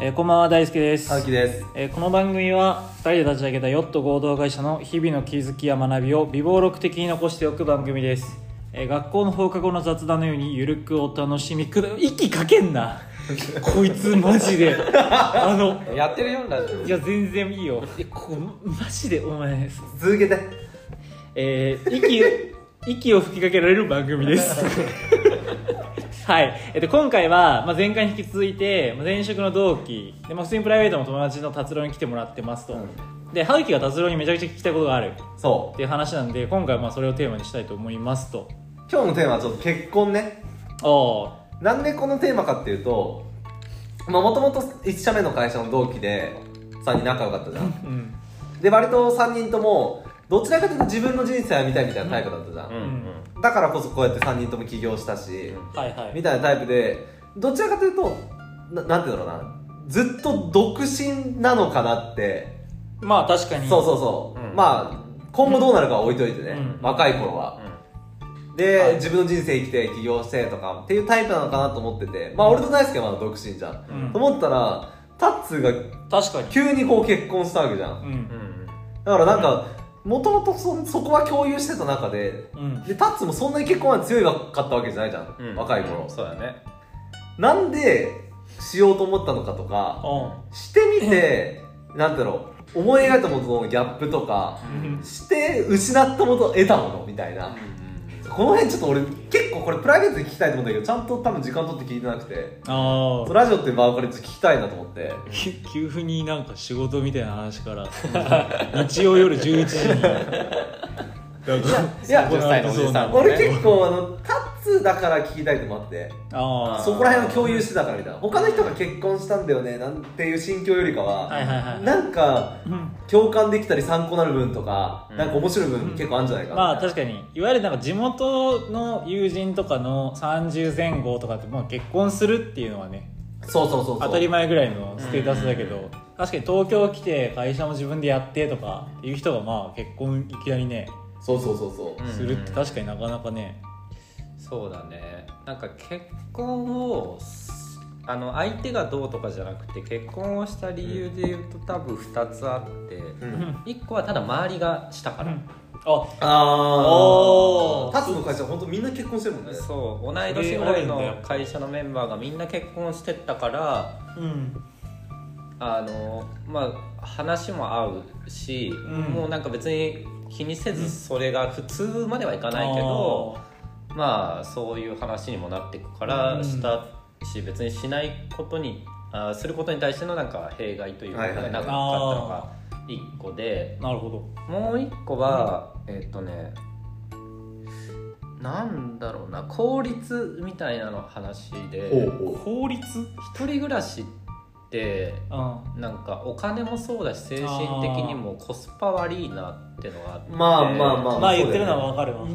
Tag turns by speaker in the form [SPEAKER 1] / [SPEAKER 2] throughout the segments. [SPEAKER 1] えーこんばんは大輔です、
[SPEAKER 2] 青木です
[SPEAKER 1] えーこの番組は2人で立ち上げたヨット合同会社の日々の気づきや学びを微暴録的に残しておく番組です、えー学校の放課後の雑談のようにゆるくお楽しみくだ息かけんなこいつマジであの
[SPEAKER 2] やってるよラジオ
[SPEAKER 1] いや全然いいよいやここマジでお前
[SPEAKER 2] 続けて
[SPEAKER 1] えー息息を吹きかけられる番組です はい、えっと、今回は、まあ、前回に引き続いてまあ前職の同期で、まあ、普通にプライベートの友達の達郎に来てもらってますと、
[SPEAKER 2] う
[SPEAKER 1] で春樹が達郎にめちゃくちゃ聞きたいことがある
[SPEAKER 2] そ
[SPEAKER 1] っ
[SPEAKER 2] う
[SPEAKER 1] ていう話なんで今回はまあそれをテーマにしたいと思いますと
[SPEAKER 2] 今日のテーマはちょっと結婚ね
[SPEAKER 1] おー
[SPEAKER 2] なんでこのテーマかっていうとまあもともと1社目の会社の同期で3人仲良かったじゃん
[SPEAKER 1] うん
[SPEAKER 2] で割と3人ともどちらかというと自分の人生を見たいみたいなタイプだったじゃん、
[SPEAKER 1] ん
[SPEAKER 2] だからこそこうやって3人とも起業したし、
[SPEAKER 1] はいは
[SPEAKER 2] み
[SPEAKER 1] い
[SPEAKER 2] たいなタイプでどちらかというとななんていうんだろうなずっと独身なのかなって
[SPEAKER 1] まあ確かに
[SPEAKER 2] そうそうそう、
[SPEAKER 3] うん
[SPEAKER 2] まあ今後どうなるかは置いといてね、
[SPEAKER 1] うん
[SPEAKER 2] 若い頃は、で、自分の人生生きて起業してとかっていうタイプなのかなと思っててまあ俺と大輔はまだ独身じゃん、
[SPEAKER 1] うん
[SPEAKER 2] と思ったらタッツーが
[SPEAKER 1] 確かに
[SPEAKER 2] 急にこう結婚したわけじゃん
[SPEAKER 1] うん
[SPEAKER 2] だからなんかもともとそそこは共有してた中で
[SPEAKER 1] うん
[SPEAKER 2] でタッツーもそんなに結婚は強いわかったわけじゃないじゃん、若い頃、
[SPEAKER 3] そうだね
[SPEAKER 2] なんでしようと思ったのかとか
[SPEAKER 1] お
[SPEAKER 2] してみてなんだろう思い描いたものとのギャップとか、
[SPEAKER 1] うん
[SPEAKER 2] して失ったもの得たものみたいな、この辺ちょっと俺結構これプライベートで聞きたいと思うんだけどちゃんと多分時間取って聞いてなくて
[SPEAKER 1] あ あ
[SPEAKER 2] ラジオっていう場をこれちょっと聞きたいなと思って
[SPEAKER 1] 急になんか仕事みたいな話から 日曜夜11時になんか
[SPEAKER 2] いや
[SPEAKER 3] 50歳のおじさんもね
[SPEAKER 2] 俺結構あのタッツーだから聞きたいと思って
[SPEAKER 1] ああ
[SPEAKER 2] そこら辺を共有してたからみたいな他の人が結婚したんだよねなんていう心境よりかは、
[SPEAKER 1] はいはいはい
[SPEAKER 2] なんか
[SPEAKER 1] うん
[SPEAKER 2] 共感できたり参考になる部分とか、
[SPEAKER 3] うん
[SPEAKER 2] なんか面白い部分結構あるんじゃないかな、
[SPEAKER 1] まあ確かにいわゆるなんか地元の友人とかの30前後とかってもう結婚するっていうのはね
[SPEAKER 2] そうそうそうそう
[SPEAKER 1] 当たり前ぐらいのステータスだけど、確かに東京来て会社も自分でやってとかいう人がまあ結婚いきなりね
[SPEAKER 2] そうそうそうそう、
[SPEAKER 3] うん
[SPEAKER 1] するって確かになかなかね
[SPEAKER 3] そうだねなんか結婚をあの相手がどうとかじゃなくて結婚をした理由で言うと多分2つあって、
[SPEAKER 2] うん
[SPEAKER 3] 一1個はただ周りがしたから、
[SPEAKER 1] うんあ
[SPEAKER 2] あ
[SPEAKER 1] おー
[SPEAKER 2] あタツの会社本当みんな結婚してるもんね
[SPEAKER 3] そう同い年ぐらいの会社のメンバーがみんな結婚してったから
[SPEAKER 1] うん
[SPEAKER 3] あのまあ話も合うし、
[SPEAKER 1] うん
[SPEAKER 3] もうなんか別に気にせずそれが普通まではいかないけど、まあそういう話にもなっていくから
[SPEAKER 1] うん
[SPEAKER 3] したし、別にしないことにあーすることに対してのなんか弊害というか、
[SPEAKER 2] はいはい
[SPEAKER 3] なかったのが1個で
[SPEAKER 1] あーなるほど
[SPEAKER 3] もう1個は、えっとねなんだろうな効率みたいなの話で
[SPEAKER 2] ほう
[SPEAKER 3] 一
[SPEAKER 2] ほ
[SPEAKER 1] 法律
[SPEAKER 3] 人暮らしって
[SPEAKER 1] あ
[SPEAKER 3] なんかお金もそうだし精神的にもコスパ悪いなってのがあって
[SPEAKER 2] うまあまあまあ
[SPEAKER 1] まあ
[SPEAKER 2] そうだよね
[SPEAKER 1] 言ってるのはわかるわ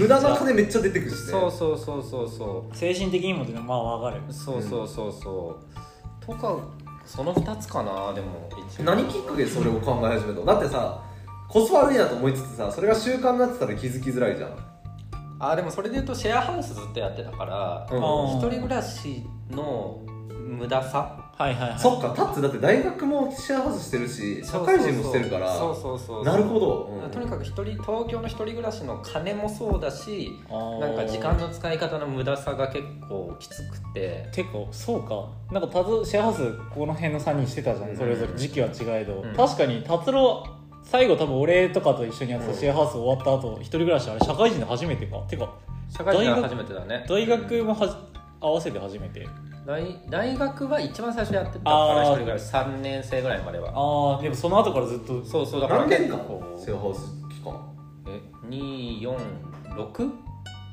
[SPEAKER 2] 無駄な金めっちゃ出てくるしね
[SPEAKER 3] そうそうそうそうそう
[SPEAKER 1] 精神的にもっていうのはまあわかる
[SPEAKER 3] そうそうそうそう、とかその2つかなでも一番
[SPEAKER 2] 何きっかけでそれを考え始めたのだってさコスパ悪いなと思いつつさそれが習慣になってたら気づきづらいじゃん
[SPEAKER 3] あでもそれで言うとシェアハウスずっとやってたから、
[SPEAKER 2] うん
[SPEAKER 1] あー
[SPEAKER 3] 一人暮らしの無駄さ
[SPEAKER 1] はいはいはい
[SPEAKER 2] そっかタッツだって大学もシェアハウスしてるし社会人もしてるから
[SPEAKER 3] そうそうそう
[SPEAKER 2] なるほど、うん
[SPEAKER 3] とにかく一人東京の一人暮らしの金もそうだし
[SPEAKER 1] な
[SPEAKER 3] なんか時間の使い方の無駄さが結構きつくて、
[SPEAKER 1] てかそうかなんかたずシェアハウスこの辺の3人してたじゃん、
[SPEAKER 2] うん
[SPEAKER 1] それぞれ時期は違えど、
[SPEAKER 3] うん
[SPEAKER 1] 確かに達郎最後多分俺とかと一緒にやってたシェアハウス終わった後一人暮らしあれ社会人で初めてかてか
[SPEAKER 3] 社会人は初めてだね
[SPEAKER 1] 大学もはじ合わせて初めて
[SPEAKER 3] 大大学は一番最初やってたか
[SPEAKER 1] あー
[SPEAKER 3] ら一人暮らし3年生ぐらいまでは
[SPEAKER 1] ああでもその後からずっと
[SPEAKER 3] そうそうだから
[SPEAKER 2] 何
[SPEAKER 3] 結
[SPEAKER 2] 年間
[SPEAKER 3] 構
[SPEAKER 2] シェアハウス期間
[SPEAKER 3] え二四六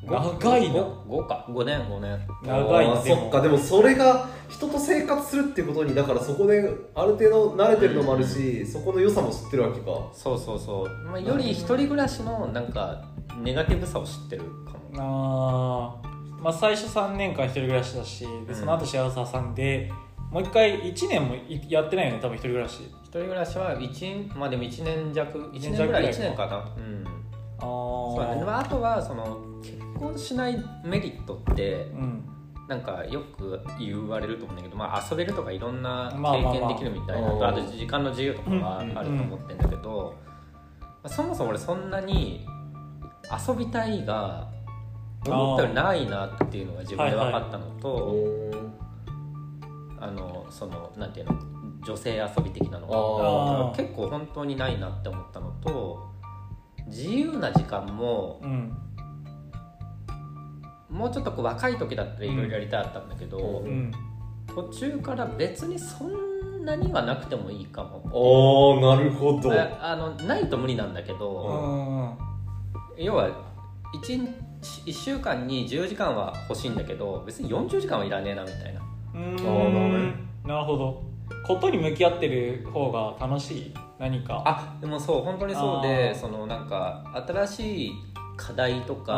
[SPEAKER 1] 長いな
[SPEAKER 3] 五五か五年五年
[SPEAKER 1] 長い
[SPEAKER 2] あ
[SPEAKER 1] っ
[SPEAKER 2] ー
[SPEAKER 1] て
[SPEAKER 2] そっかでもそれが人と生活するっていうことにだからそこである程度慣れてるのもあるし、そこの良さも知ってるわけか
[SPEAKER 3] そうそうそう、まあ、より一人暮らしのなんかネガティブさを知ってるかも
[SPEAKER 1] あーまあ最初3年間一人暮らしだしでその後シェアハウス挟んで、もう一回1年もいやってないよね多分一人暮らし
[SPEAKER 3] 一人暮らしは一まあでも一年弱一
[SPEAKER 1] 一年
[SPEAKER 3] 年
[SPEAKER 1] 弱
[SPEAKER 3] ぐ
[SPEAKER 1] ぐら
[SPEAKER 3] ら
[SPEAKER 1] い
[SPEAKER 3] い
[SPEAKER 1] か
[SPEAKER 3] 一年かなうん
[SPEAKER 1] あ
[SPEAKER 3] そうだね
[SPEAKER 1] あ
[SPEAKER 3] まああとはその結婚しないメリットって
[SPEAKER 1] うん
[SPEAKER 3] なんかよく言われると思うんだけど、まあ、遊べるとかいろんな
[SPEAKER 1] まあまあまあ
[SPEAKER 3] 経験できるみたいな、あ
[SPEAKER 2] うん
[SPEAKER 3] と時間の自由とかがあると思ってんだけど、まあそもそも俺そんなに遊びたいが思ったよりないなっていうのが自分で分かったのと、あのそのなんていうの女性遊び的なのが
[SPEAKER 1] あー
[SPEAKER 3] 結構本当にないなって思ったのと自由な時間も
[SPEAKER 1] うん
[SPEAKER 3] もうちょっとこう若い時だったらいろいろやりたかったんだけど、
[SPEAKER 2] う
[SPEAKER 1] うん
[SPEAKER 3] 途中から別にそんなにはなくてもいいかも。
[SPEAKER 2] ああなるほど
[SPEAKER 3] ああのないと無理なんだけ
[SPEAKER 1] う
[SPEAKER 3] ど、
[SPEAKER 1] ん
[SPEAKER 3] 要は 1, 1週間に10時間は欲しいんだけど別に40時間はいらねえなみたいな
[SPEAKER 1] うん
[SPEAKER 2] あーなるほどね
[SPEAKER 1] なるほどことに向き合ってる方が楽しい何か
[SPEAKER 3] あでもそう本当にそう
[SPEAKER 1] あー
[SPEAKER 3] でそのなんか新しい課題と
[SPEAKER 1] あ
[SPEAKER 3] か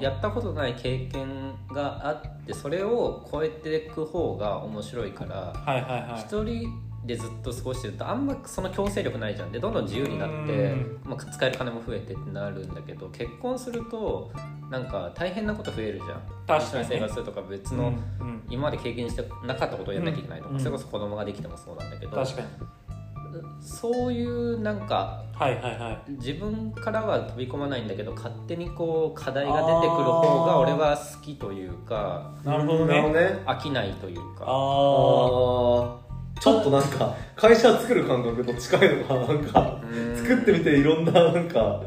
[SPEAKER 1] ー
[SPEAKER 3] やったことない経験があってそれを超えていく方が面白いから
[SPEAKER 1] はいはいはい
[SPEAKER 3] 一、人でずっと過ごしてるとあんまその強制力ないじゃんでどんどん自由になって
[SPEAKER 1] うん、
[SPEAKER 3] まあ、使える金も増えてってなるんだけど結婚するとなんか大変なこと増えるじゃん
[SPEAKER 1] 確かにね
[SPEAKER 3] 一緒生活するとか別の、
[SPEAKER 1] うんうん
[SPEAKER 3] 今まで経験してなかったことをやんなきゃいけないとか、
[SPEAKER 1] うん
[SPEAKER 3] それこそ子供ができてもそうなんだけど
[SPEAKER 1] 確かに
[SPEAKER 3] そういうなんか
[SPEAKER 1] はいはいはい
[SPEAKER 3] 自分からは飛び込まないんだけど勝手にこう課題が出てくる方が俺は好きというか
[SPEAKER 1] なるほどね
[SPEAKER 2] なるほどね
[SPEAKER 3] 飽きないというか
[SPEAKER 1] あ
[SPEAKER 2] あーちょっとなんか会社作る感覚と近いのかななんか
[SPEAKER 3] うん
[SPEAKER 2] 作ってみていろんななんか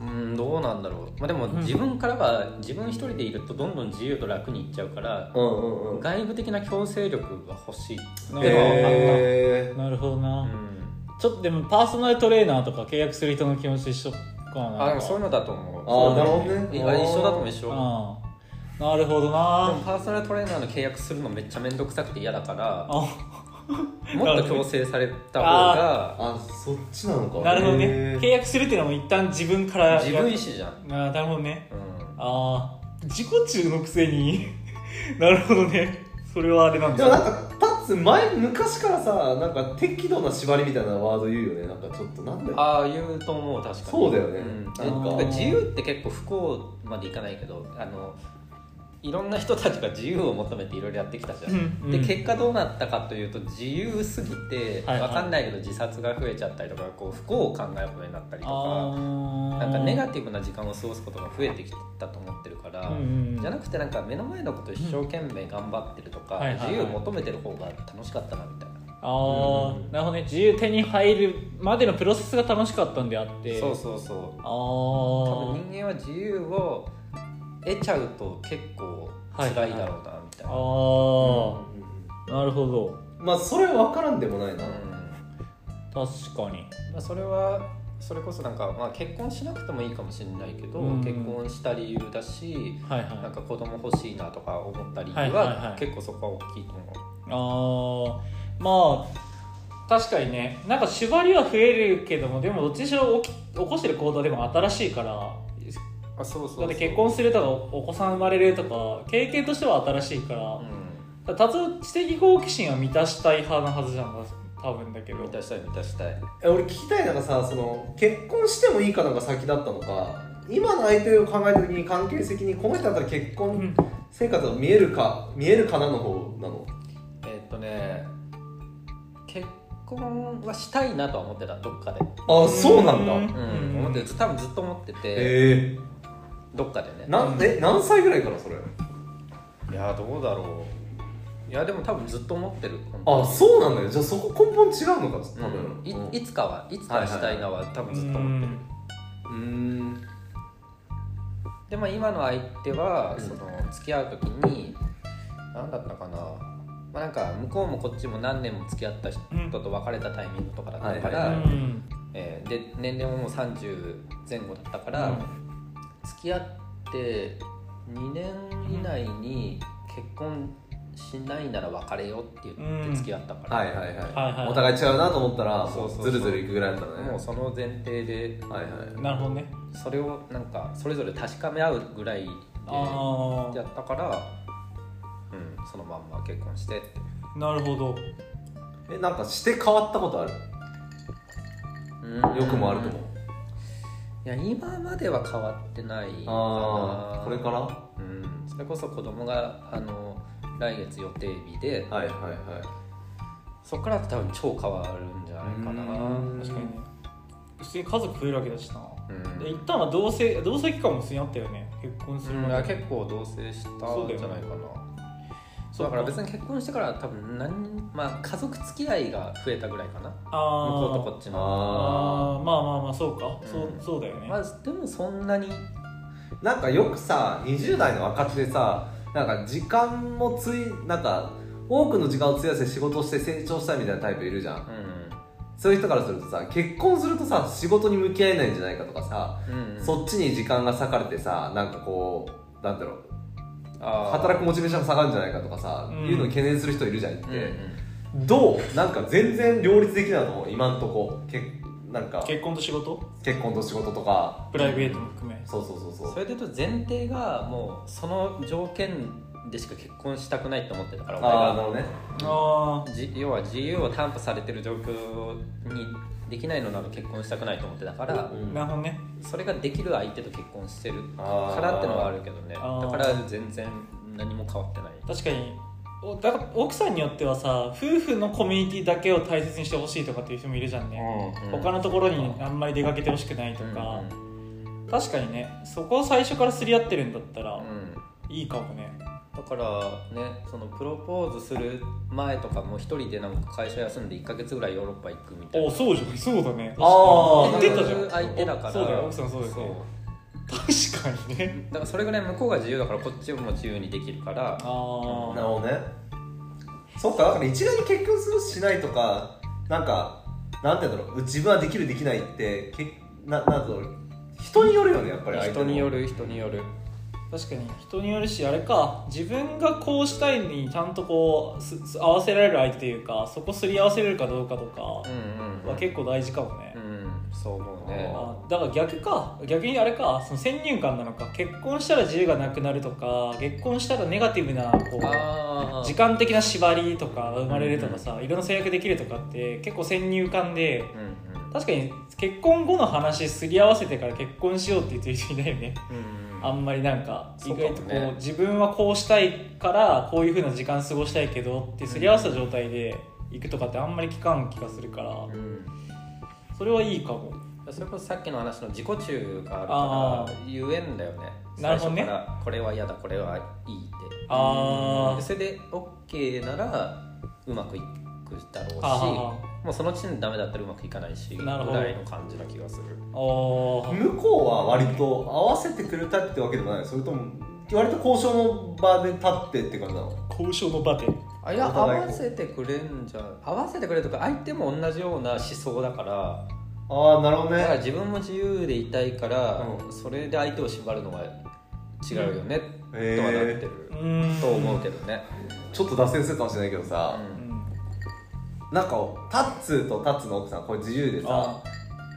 [SPEAKER 3] うんどうなんだろう、まあ、でも
[SPEAKER 1] うん
[SPEAKER 3] 自分からは自分一人でいるとどんどん自由と楽にいっちゃうから
[SPEAKER 2] うんうんうん
[SPEAKER 3] 外部的な強制力が欲しい
[SPEAKER 1] あ
[SPEAKER 3] でも
[SPEAKER 2] へえ
[SPEAKER 1] ーなるほどな、
[SPEAKER 3] うん
[SPEAKER 1] ちょっとでもパーソナルトレーナーとか契約する人の気持ち一緒かな
[SPEAKER 3] あでもそういうのだと思う
[SPEAKER 2] あーなるほど
[SPEAKER 3] い
[SPEAKER 2] ね
[SPEAKER 3] や一緒だと思う一緒
[SPEAKER 1] うんなるほど
[SPEAKER 3] でも
[SPEAKER 1] な
[SPEAKER 3] パーソナルトレーナーの契約するのめっちゃ面倒くさくて嫌だから
[SPEAKER 1] あ
[SPEAKER 3] もっと強制された方が
[SPEAKER 2] あそっちなのか
[SPEAKER 1] なるほど
[SPEAKER 2] へ
[SPEAKER 1] ね
[SPEAKER 2] ー
[SPEAKER 1] 契約するっていうのも一旦自分から
[SPEAKER 3] 自分意思じゃん、
[SPEAKER 1] ななるほどね
[SPEAKER 3] うん
[SPEAKER 1] ああ自己中のくせに なるほどねそれはあれなん
[SPEAKER 2] で
[SPEAKER 1] だ
[SPEAKER 2] もなんかタッツ前昔からさなんか適度な縛りみたいなワード言うよねなんかちょっとなんだよ
[SPEAKER 3] ああ言うと思う確かに
[SPEAKER 2] そうだよね
[SPEAKER 3] ん
[SPEAKER 2] なん
[SPEAKER 3] で
[SPEAKER 2] か
[SPEAKER 3] なんか自由って結構不幸までいかないけどあのいろんな人たちが自由を求めていろいろやってきたじゃん、
[SPEAKER 1] うん
[SPEAKER 3] で
[SPEAKER 1] うん
[SPEAKER 3] 結果どうなったかというと自由すぎて
[SPEAKER 1] はいはい
[SPEAKER 3] 分かんないけど自殺が増えちゃったりとかこう不幸を考えることになったりと
[SPEAKER 1] あ
[SPEAKER 3] か
[SPEAKER 1] ー
[SPEAKER 3] なんかネガティブな時間を過ごすことが増えてきたと思ってるから、
[SPEAKER 1] うんうんうん
[SPEAKER 3] じゃなくてなんか目の前のこと一生懸命頑張ってるとか、
[SPEAKER 1] はいはいはい
[SPEAKER 3] 自由を求めてる方が楽しかったなみたいな。
[SPEAKER 1] あ
[SPEAKER 3] うん
[SPEAKER 1] あなるほどね自由手に入るまでのプロセスが楽しかったんであって
[SPEAKER 3] そうそうそう
[SPEAKER 1] あ
[SPEAKER 3] 多
[SPEAKER 1] あ
[SPEAKER 3] 分人間は自由を得ちゃうと結構辛いだろうなみたいな、
[SPEAKER 1] ああなるほど
[SPEAKER 2] まあそれ分からんでもないな
[SPEAKER 3] うん
[SPEAKER 1] 確かに
[SPEAKER 3] まあ、それはそれこそなんか、まあ、結婚しなくてもいいかもしれないけど、
[SPEAKER 1] うん
[SPEAKER 3] 結婚した理由だし
[SPEAKER 1] はいはい
[SPEAKER 3] なんか子供欲しいなとか思った理由は,、
[SPEAKER 1] はいはいはい
[SPEAKER 3] 結構そこは大きいと
[SPEAKER 1] あ
[SPEAKER 3] 思う
[SPEAKER 1] ーまあ確かにねなんか縛りは増えるけどもでもどっちにしろ起き起こしてる行動でも新しいから
[SPEAKER 3] あそうそう
[SPEAKER 1] だって結婚するとかお子さん生まれるとか経験としては新しいから
[SPEAKER 3] う、
[SPEAKER 1] だから多分知的好奇心は満たしたい派なはずじゃん多分だけど
[SPEAKER 3] ん満たしたい満たしたい
[SPEAKER 2] え俺聞きたいのがさその結婚してもいいかなんか先だったのか今の相手を考えた時に関係的にこの人だったら結
[SPEAKER 1] う
[SPEAKER 2] 婚
[SPEAKER 1] ん
[SPEAKER 2] 生活が見えるか見えるかなの方なの
[SPEAKER 3] えーっとね結婚はしたいなとは思ってたどっかで、
[SPEAKER 2] あそうなんだ
[SPEAKER 1] うん
[SPEAKER 3] うん思ってた多分ずっと思ってて、
[SPEAKER 2] え
[SPEAKER 3] どっかでね
[SPEAKER 2] えなんえ何歳ぐらいからそれ
[SPEAKER 3] いやどうだろういやでも多分ずっと思ってる
[SPEAKER 2] あ
[SPEAKER 3] う
[SPEAKER 2] そうなんだよじゃあそこ根本違うのか多分
[SPEAKER 3] ん、いいつかはいつかはしたいなは多分ずっと思ってる、
[SPEAKER 2] うん
[SPEAKER 3] でまあ今の相手は
[SPEAKER 2] うん
[SPEAKER 3] その付き合う時に何だったかなまあなんか向こうもこっちも何年も付き合った人と別れたタイミングとかだったか
[SPEAKER 1] う
[SPEAKER 3] ら、
[SPEAKER 2] はいは
[SPEAKER 1] ん
[SPEAKER 3] えーで年齢ももう30前後だったから、
[SPEAKER 1] うん
[SPEAKER 3] 付き合って2年以内に結婚しないなら別れようって言っ
[SPEAKER 1] うん
[SPEAKER 3] て付き合ったから、
[SPEAKER 2] はいはいはい、
[SPEAKER 1] はいはい
[SPEAKER 2] お互い違うなと思ったら
[SPEAKER 3] そうそうそう
[SPEAKER 2] ずるずるいくぐらいだったらね
[SPEAKER 3] もうその前提で
[SPEAKER 2] はいはい
[SPEAKER 1] なるほどね
[SPEAKER 3] それをなんかそれぞれ確かめ合うぐらいで
[SPEAKER 1] あ
[SPEAKER 3] やったから、うん、そのまんま結婚してって
[SPEAKER 1] あなるほど
[SPEAKER 2] えなんかして変わったことあるよくもあると思う
[SPEAKER 3] いや今までは変わってないかな
[SPEAKER 2] ああこれから
[SPEAKER 3] うんそれこそ子供があの来月予定日で、
[SPEAKER 2] はいはいはい
[SPEAKER 3] そこから多分超変わるんじゃないかな
[SPEAKER 2] うん
[SPEAKER 1] 確かにね普通に家族増えるわけだしな、
[SPEAKER 3] うん
[SPEAKER 1] で一旦は同棲同棲期間も普通にあったよね結婚する
[SPEAKER 3] うん
[SPEAKER 1] 前
[SPEAKER 3] い
[SPEAKER 1] に
[SPEAKER 3] や結構同棲した
[SPEAKER 1] そうだ
[SPEAKER 3] ん
[SPEAKER 1] よね
[SPEAKER 3] じゃないかな
[SPEAKER 1] そ
[SPEAKER 3] だ
[SPEAKER 1] う
[SPEAKER 3] から別に結婚してから多分何、まあ、家族付き合いが増えたぐらいかな向
[SPEAKER 1] あ
[SPEAKER 3] こ
[SPEAKER 1] ー
[SPEAKER 3] うとこっちの
[SPEAKER 2] あ
[SPEAKER 1] あーまあまあまあそうか、
[SPEAKER 3] うん
[SPEAKER 1] そうそうだよね、
[SPEAKER 3] まあでもそんなに
[SPEAKER 2] ーなんかよくさ20代の若手でさなんか時間もついなんか多くの時間を費やして仕事をして成長したいみたいなタイプいるじゃん
[SPEAKER 3] う
[SPEAKER 2] そういう人からするとさ結婚するとさ仕事に向き合えないんじゃないかとかさ、
[SPEAKER 3] ん、うん、
[SPEAKER 2] そっちに時間が割かれてさなんかこうなんだろう働く
[SPEAKER 3] く
[SPEAKER 2] モチベーションが下がるんじゃないかとかさ、
[SPEAKER 1] うん
[SPEAKER 2] いうのを懸念する人いるじゃんって、
[SPEAKER 3] うんうん
[SPEAKER 2] どうなんか全然両立できないと思う今んとこけなんか
[SPEAKER 1] 結婚と仕事
[SPEAKER 2] 結婚と仕事とか
[SPEAKER 1] プライベートも含め
[SPEAKER 2] そうそうそうそう
[SPEAKER 3] それで言うと前提がもうその条件でしか結婚したくないと思ってたから俺
[SPEAKER 2] ああな
[SPEAKER 3] が
[SPEAKER 2] るほどね
[SPEAKER 1] あ
[SPEAKER 3] じ要は自由を担保されてる状況にできないのなら結婚したくないと思ってたから、
[SPEAKER 2] う
[SPEAKER 1] あ
[SPEAKER 2] ん
[SPEAKER 1] なるほどね
[SPEAKER 3] それができる相手と結婚してる
[SPEAKER 2] あー
[SPEAKER 3] からってのはあるけどねだ
[SPEAKER 1] あー
[SPEAKER 3] から全然何も変わってない
[SPEAKER 1] 確かにおだから奥さんによってはさ夫婦のコミュニティだけを大切にしてほしいとかっていう人もいるじゃんね、
[SPEAKER 3] うん
[SPEAKER 1] 他のところにあんまり出かけてほしくないとか、確かにねそこを最初からすり合ってるんだったら
[SPEAKER 3] うんうん
[SPEAKER 1] いいかもね、
[SPEAKER 3] だからねそのプロポーズする前とかも一人でなんか会社休んで1か月ぐらいヨーロッパ行くみたい
[SPEAKER 1] お
[SPEAKER 3] な
[SPEAKER 1] そうじゃんそうだね
[SPEAKER 2] あー
[SPEAKER 1] 言ってたじゃん
[SPEAKER 3] 相手だから
[SPEAKER 1] そうだよ奥さんそうだよね確かに ね
[SPEAKER 3] だからそれぐらい向こうが自由だからこっちも自由にできるから
[SPEAKER 1] あ
[SPEAKER 2] なる
[SPEAKER 1] あ
[SPEAKER 2] ほどねそっかだから一概に結婚するしないとかなんかなんて言うんだろう自分はできるできないってけななんだろう人によるよねやっぱり相手
[SPEAKER 3] 人
[SPEAKER 2] の
[SPEAKER 3] による人による
[SPEAKER 1] 確かに人によるしあれか自分がこうしたいにちゃんとこうすす合わせられる相手というかそこすり合わせれるかどうかとか
[SPEAKER 3] うんうん
[SPEAKER 1] は結構大事かもね、
[SPEAKER 3] うんそう思うね
[SPEAKER 1] あだから逆か逆にあれかその先入観なのか結婚したら自由がなくなるとか結婚したらネガティブなこう
[SPEAKER 3] ああ
[SPEAKER 1] 時間的な縛りとか生まれるとかさ、いろんな制約できるとかって結構先入観で
[SPEAKER 3] うんうん
[SPEAKER 1] 確かに結婚後の話すり合わせてから結婚しようって言ってる人いないよね
[SPEAKER 3] うんうん
[SPEAKER 1] あんまりなんか意
[SPEAKER 3] そうかもね
[SPEAKER 1] 外とこう自分はこうしたいからこういう風な時間過ごしたいけどってすり合わせた状態で行くとかってあんまり聞かん気がするから
[SPEAKER 3] うん
[SPEAKER 1] それはいいかも
[SPEAKER 3] それこそさっきの話の自己中があるから言えんだよね
[SPEAKER 1] なるほどね
[SPEAKER 3] 最初からこれは嫌だこれはいいって
[SPEAKER 1] あー
[SPEAKER 3] でそれで OK ならうまくいくだろうし
[SPEAKER 1] はあはあは
[SPEAKER 3] もうその時点でダメだったらうまくいかないしぐ
[SPEAKER 1] なるほど
[SPEAKER 3] らいの感じな気がする
[SPEAKER 1] あー
[SPEAKER 2] 向こうは割と合わせてくれたってわけでもないそれとも割と交渉の場で立ってって感じなの
[SPEAKER 1] 交渉の場で
[SPEAKER 3] あいや
[SPEAKER 2] お
[SPEAKER 3] 合
[SPEAKER 2] 互いこう
[SPEAKER 3] わせてくれんじゃん合わせてくれるとか相手も同じような思想だから
[SPEAKER 2] ああなるほど
[SPEAKER 3] だから
[SPEAKER 2] ね
[SPEAKER 3] 自分も自由でいたいから、
[SPEAKER 2] う
[SPEAKER 3] それで相手を縛るのは違うよね、
[SPEAKER 2] へー
[SPEAKER 3] とはなってる、
[SPEAKER 1] うん
[SPEAKER 3] と思うけどね、
[SPEAKER 2] ちょっと脱線するかもしれないけどさ、
[SPEAKER 1] うん
[SPEAKER 2] なんかタッツーとタッツーの奥さんこれ自由でさ
[SPEAKER 1] あ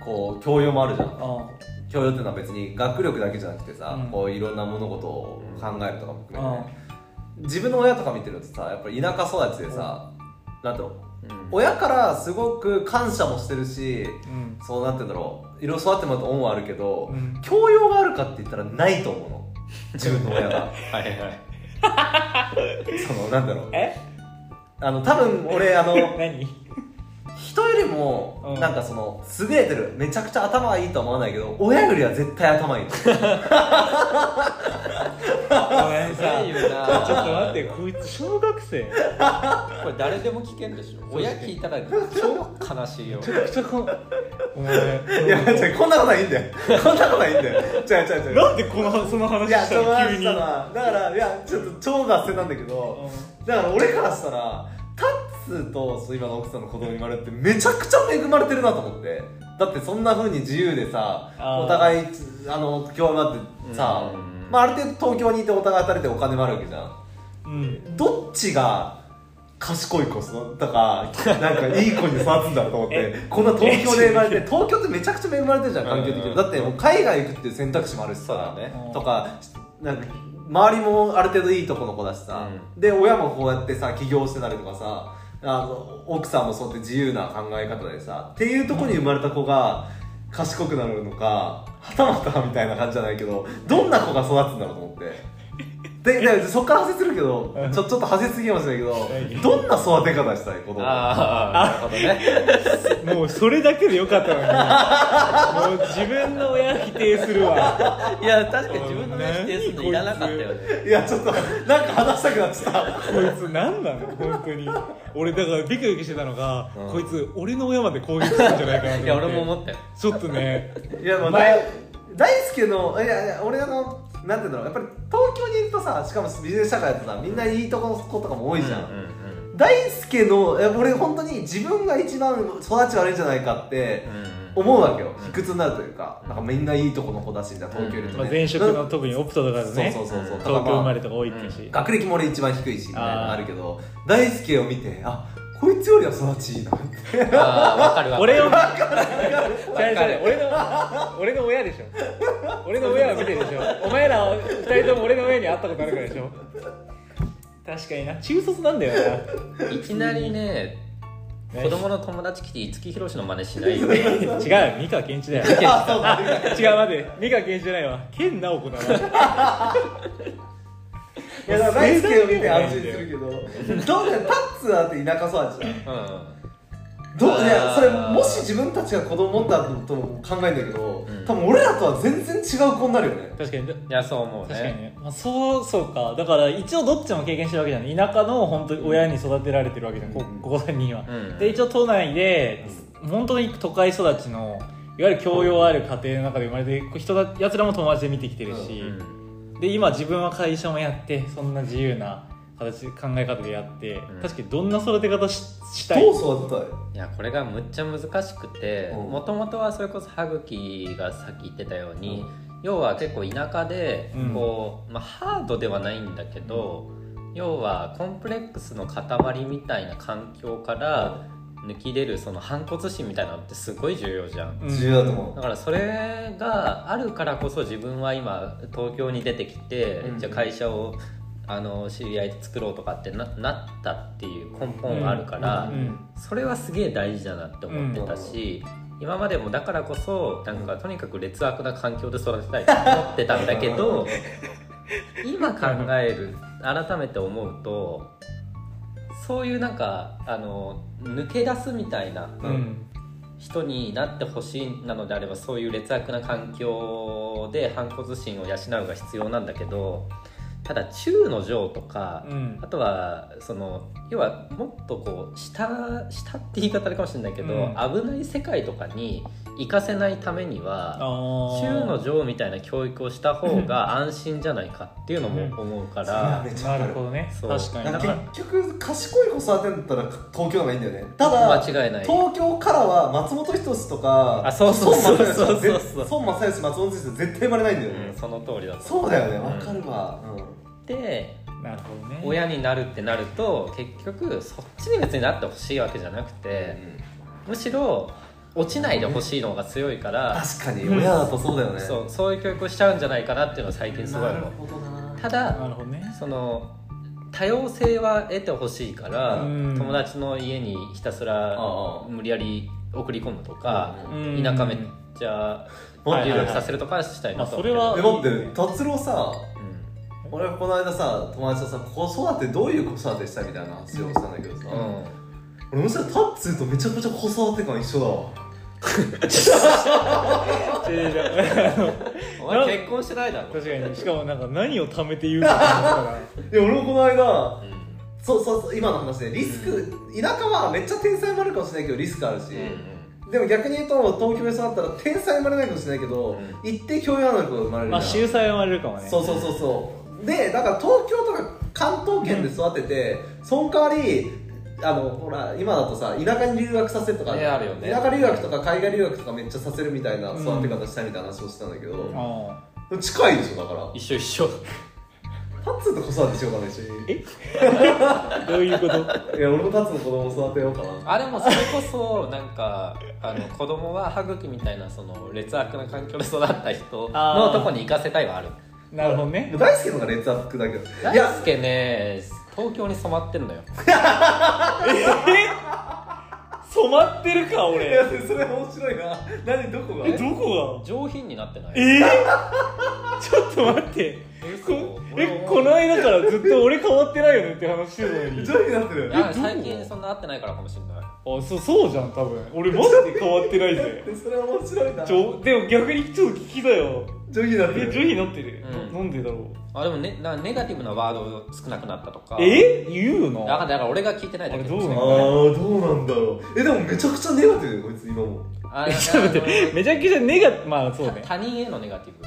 [SPEAKER 2] こう教養もあるじゃん
[SPEAKER 1] あ
[SPEAKER 2] 教養っていうのは別に学力だけじゃなくてさ、
[SPEAKER 1] うん
[SPEAKER 2] こういろんな物事を考えるとかも含めて
[SPEAKER 1] あ
[SPEAKER 2] ね、自分の親とか見てるとさやっぱり田舎育ちでさ、なんだろう
[SPEAKER 3] うん
[SPEAKER 2] 親からすごく感謝もしてるし
[SPEAKER 1] うん
[SPEAKER 2] そうなってんだろういろいろ育ってもらった恩はあるけど、
[SPEAKER 1] うん
[SPEAKER 2] 教養があるかって言ったらないと思うの自分の 親が
[SPEAKER 3] はいはい
[SPEAKER 2] そのなんだろう
[SPEAKER 1] え
[SPEAKER 2] あの多分俺あの
[SPEAKER 1] 何
[SPEAKER 2] 人よりも、
[SPEAKER 1] うん
[SPEAKER 2] なんかその優れてるめちゃくちゃ頭がいいとは思わないけど親よりは絶対頭いいの
[SPEAKER 1] ごめんさ
[SPEAKER 3] いい
[SPEAKER 1] ち
[SPEAKER 3] よ
[SPEAKER 1] ょ
[SPEAKER 3] な
[SPEAKER 1] っと待ってこいつ小学生めち
[SPEAKER 3] これ誰でも聞けんでしょ
[SPEAKER 1] そう
[SPEAKER 3] 親聞いたら超悲しいよ
[SPEAKER 1] ゃくちゃこお前
[SPEAKER 2] いや違うこんなことはいいんだよこんなことはいいんだよ違う違う違う
[SPEAKER 1] なんでこのその話
[SPEAKER 2] いや
[SPEAKER 1] し
[SPEAKER 2] ちょっと
[SPEAKER 1] たの
[SPEAKER 2] 待っ
[SPEAKER 1] 急
[SPEAKER 2] て
[SPEAKER 1] に
[SPEAKER 2] たなだからいやちょっと超脱線なんだけどだから俺からしたらタッツーとそう今の奥さんの子供生まれてめちゃくちゃ恵まれてるなと思ってだってそんな風に自由でさ
[SPEAKER 1] あー
[SPEAKER 2] お互いあの今日なってさ
[SPEAKER 3] うん
[SPEAKER 2] まあある程度東京にいてお互い働いてお金もあるわけじゃん
[SPEAKER 1] うんうん
[SPEAKER 2] どっちが賢い子育ったか、 なんかいい子に育つんだろうと思って
[SPEAKER 1] え、
[SPEAKER 2] こんな東京で生まれて、東京ってめちゃくちゃ恵まれてるじゃん、環境的
[SPEAKER 3] うんうんう
[SPEAKER 2] に。
[SPEAKER 3] ん
[SPEAKER 2] だってもう海外行くっていう選択肢もあるしさ、
[SPEAKER 3] そうだ
[SPEAKER 1] ね
[SPEAKER 2] とか、なんか、周りもある程度いいとこの子だしさ、で、親もこうやってさ、起業してたりとかさ、あの奥さんもそうやって自由な考え方でさ、っていうところに生まれた子が、賢くなるのか、はたまたみたいな感じじゃないけど、どんな子が育つんだろうと思って。ででそっから派生するけどちょちょっと派生すぎましたけどどんな育て方したい子供
[SPEAKER 3] ああなるほどね
[SPEAKER 1] もうそれだけでよかったのにもう自分の親否定するわ
[SPEAKER 4] いや確かに自分の話でするのいらなかったよね
[SPEAKER 2] いやちょっとなんか話したくなっちゃった
[SPEAKER 1] こいつ何なの本当に俺だからビクビクしてたのが、
[SPEAKER 3] うん
[SPEAKER 1] こいつ俺の親まで攻撃するんじゃないかなと思って
[SPEAKER 3] いや俺も思ったよ
[SPEAKER 1] ちょっとね
[SPEAKER 2] いやまあ大大輔のいやいや俺あのなんていうんだろうやっぱり東京にいるとさしかもビジネス社会だとさみんないいとこの子とかも多いじゃん、
[SPEAKER 3] うんうん
[SPEAKER 2] 大輔のいや俺本当に自分が一番育ち悪いんじゃないかって
[SPEAKER 3] うん
[SPEAKER 2] 思うわけよ、
[SPEAKER 3] うん
[SPEAKER 2] 卑屈になるというかなんかみんないいとこの子だしみたいな東京いると
[SPEAKER 1] まあ、
[SPEAKER 2] ね、
[SPEAKER 1] 前職の特にオプトとかでね
[SPEAKER 2] そうそうそうそう
[SPEAKER 1] 東京生まれとか多いっていうし、
[SPEAKER 2] 学歴も俺一番低いしみたいなの
[SPEAKER 1] あー
[SPEAKER 2] あるけど大輔を見てあこいつよりは育ちいいなって
[SPEAKER 3] ああわかるわかる
[SPEAKER 1] 俺を違う違う俺の俺の親でしょ俺の親は見てるでしょお前ら二人とも俺の親に会ったことあるからでしょ確かにな中卒なんだよ
[SPEAKER 3] いきなりね
[SPEAKER 1] ね
[SPEAKER 3] 子供の友達来て五木ひろしの真似しないよ
[SPEAKER 1] な 違うよ三河健一だよあ違う待って三河健一じゃないわ健直子だわ
[SPEAKER 2] いやだから大輔を見て安
[SPEAKER 1] そうだ
[SPEAKER 2] 心す
[SPEAKER 1] よ
[SPEAKER 2] るけどどうだよタッツだって田舎育ちじゃん
[SPEAKER 3] うん
[SPEAKER 2] どういや
[SPEAKER 3] あー
[SPEAKER 2] それもし自分たちが子供持ったとも考えるんだけど、
[SPEAKER 3] うん
[SPEAKER 2] 多分俺らとは全然違う子になるよね
[SPEAKER 1] 確かに
[SPEAKER 3] いやそう思う
[SPEAKER 1] 確かに
[SPEAKER 3] ね
[SPEAKER 1] ね、まあ、そうそうかだから一応どっちも経験してるわけじゃない田舎の本当に親に育てられてるわけじゃん、こここ3人は、
[SPEAKER 3] うん
[SPEAKER 1] で一応都内で、本当に都会育ちのいわゆる教養ある家庭の中で生まれてこう人だやつらも友達で見てきてるし、
[SPEAKER 3] うん
[SPEAKER 1] で今自分は会社もやってそんな自由な形考え方でやって、
[SPEAKER 3] ん
[SPEAKER 1] 確かにどんな育て方ししたい
[SPEAKER 2] どう育てたい
[SPEAKER 3] いやこれがむっちゃ難しくて
[SPEAKER 2] うん
[SPEAKER 3] もともとはそれこそ歯茎がさっき言ってたように、要は結構田舎で
[SPEAKER 1] うん
[SPEAKER 3] こう、まあ、ハードではないんだけど、要はコンプレックスの塊みたいな環境から抜き出るその反骨心みたいなのってすごい重要じゃん。
[SPEAKER 1] うん
[SPEAKER 2] 重要だと思う、
[SPEAKER 3] だからそれがあるからこそ自分は今東京に出てきて、
[SPEAKER 2] うん
[SPEAKER 3] じゃあ会社をあの知り合いで作ろうとかってななったっていう根本があるから、
[SPEAKER 1] うんうん
[SPEAKER 3] それはすげえ大事だなって思ってたし、今までもだからこそなんかとにかく劣悪な環境で育てたいと思ってたんだけ ど今考える改めて思うとそういうなんかあの抜け出すみたいな
[SPEAKER 1] うん
[SPEAKER 3] 人になってほしいなのであればそういう劣悪な環境で反骨心を養うが必要なんだけどただ中の上とか、
[SPEAKER 1] うん
[SPEAKER 3] あとはその要はもっとこう下下って言い方あれかもしれないけど、
[SPEAKER 1] う
[SPEAKER 3] 危ない世界とかに行かせないためには
[SPEAKER 1] あ
[SPEAKER 3] 中の上みたいな教育をした方が安心じゃないかっていうのも思うか
[SPEAKER 2] う
[SPEAKER 3] ら
[SPEAKER 2] ん、めっちゃ
[SPEAKER 1] な
[SPEAKER 2] わか
[SPEAKER 1] る
[SPEAKER 2] る
[SPEAKER 1] ほどね
[SPEAKER 3] そう
[SPEAKER 1] 確かに
[SPEAKER 2] な
[SPEAKER 1] だ
[SPEAKER 2] ん
[SPEAKER 1] から
[SPEAKER 2] か結局賢い子育てんだったら東京の方がいいんだよねただ
[SPEAKER 3] 間違いない。
[SPEAKER 2] 東京からは松本人志とか
[SPEAKER 3] あそうそうそうそう
[SPEAKER 2] 孫正義とか
[SPEAKER 3] そうそうそう
[SPEAKER 2] 孫正義松本人志絶対生まれないんだよ
[SPEAKER 3] う
[SPEAKER 2] ね
[SPEAKER 3] ん、その通りだと
[SPEAKER 2] そうだよねわかるわ、うん
[SPEAKER 3] で
[SPEAKER 1] なるほどね
[SPEAKER 3] 親になるってなると結局そっちに別になってほしいわけじゃなくてむしろ落ちないでほしいのが強いから、
[SPEAKER 2] 確かに親だとそうだよね、
[SPEAKER 3] そうそういう教育をしちゃうんじゃないかなっていうのは最近すごい
[SPEAKER 2] なる
[SPEAKER 3] 思う。
[SPEAKER 2] ほどな
[SPEAKER 3] ただ
[SPEAKER 1] なるほどね
[SPEAKER 3] その多様性は得てほしいから、
[SPEAKER 1] うん
[SPEAKER 3] 友達の家にひたすら
[SPEAKER 2] ああ
[SPEAKER 3] 無理やり送り込むとか、
[SPEAKER 1] うん
[SPEAKER 3] 田舎めっ ちゃ
[SPEAKER 2] はい
[SPEAKER 3] 留学させるとかしたいなと思うけど、
[SPEAKER 1] まあそ
[SPEAKER 2] え
[SPEAKER 1] れは
[SPEAKER 2] 待って達郎さ
[SPEAKER 3] うん
[SPEAKER 2] 俺この間さ友達とさ子育てどういう子育てしたみたいな話をしたんだけどさ、
[SPEAKER 3] うん
[SPEAKER 2] 俺もしたらタッツーとめちゃくちゃ子育て感一緒だわ
[SPEAKER 1] 違う違うあの
[SPEAKER 3] お前結婚してないだろ、
[SPEAKER 1] 確かにしかもなんか何をためて言うのか
[SPEAKER 2] で俺もこの間
[SPEAKER 3] うん
[SPEAKER 2] そうそうそう今の話でリスク、田舎はめっちゃ天才もあるかもしれないけどリスクあるし、でも逆に言うと東京で育ったら天才生まれないかもしれないけど、
[SPEAKER 3] うん
[SPEAKER 2] 一定教養ある子が生まれ
[SPEAKER 1] な
[SPEAKER 2] る
[SPEAKER 1] まあ
[SPEAKER 2] じゃ
[SPEAKER 1] 秀
[SPEAKER 2] ん
[SPEAKER 1] 才は生まれるかもね
[SPEAKER 2] そうそうそうそうでだから東京とか関東圏で育てて、その代わりあのほら今だとさ田舎に留学させるとか、
[SPEAKER 3] ねあるよね
[SPEAKER 2] 田舎留学とか海外留学とかめっちゃさせるみたいな育て方したいみたいな話をしてたんだけど、
[SPEAKER 1] ああ
[SPEAKER 2] 近いでしょだから
[SPEAKER 3] 一緒一緒
[SPEAKER 2] タッツーと子育てしようかな一
[SPEAKER 1] え
[SPEAKER 2] 緒に
[SPEAKER 1] どういうこと
[SPEAKER 2] いや俺もタッツーの子供育てようかな
[SPEAKER 3] あでもそれこそなん かあの子供は歯茎みたいなその劣悪な環境で育った人のとこに行かせたいはある
[SPEAKER 1] なるほどね
[SPEAKER 2] 大輔のが劣悪だけどいや
[SPEAKER 3] 大輔ね東京に染まってんのよ
[SPEAKER 1] えそ止まってるか
[SPEAKER 2] い
[SPEAKER 1] 俺
[SPEAKER 2] やそれ面白いな何どこが
[SPEAKER 1] えどこが
[SPEAKER 3] 上品になってない
[SPEAKER 1] えー、ちょっと待ってこえこの間からずっと俺変わってないよねって話してたのに
[SPEAKER 2] ジョイになってる
[SPEAKER 3] あ最近そんな会ってないからかもしれない
[SPEAKER 1] あそうそうじゃん多分俺マジで変わってないぜ
[SPEAKER 2] それ面白いな
[SPEAKER 1] ちょでも逆にちょっと聞きたよ
[SPEAKER 2] ジョイになって
[SPEAKER 1] え
[SPEAKER 2] る
[SPEAKER 1] ジョイになってる、
[SPEAKER 3] うん
[SPEAKER 1] なんでだろ
[SPEAKER 3] あでもねなんかネガティブなワード少なくなったと
[SPEAKER 1] う
[SPEAKER 3] か
[SPEAKER 1] え言うよ
[SPEAKER 3] だから
[SPEAKER 1] な
[SPEAKER 3] だから俺が聞いてないだけかもしれ
[SPEAKER 2] あ
[SPEAKER 3] な
[SPEAKER 2] あ
[SPEAKER 3] い
[SPEAKER 2] ーどうなんだろうえでもめちゃくちゃネガティブだよこいつ今も
[SPEAKER 3] あ
[SPEAKER 1] え ちょっと待ってめちゃくちゃネガまあそうね
[SPEAKER 3] 他人へのネガティブ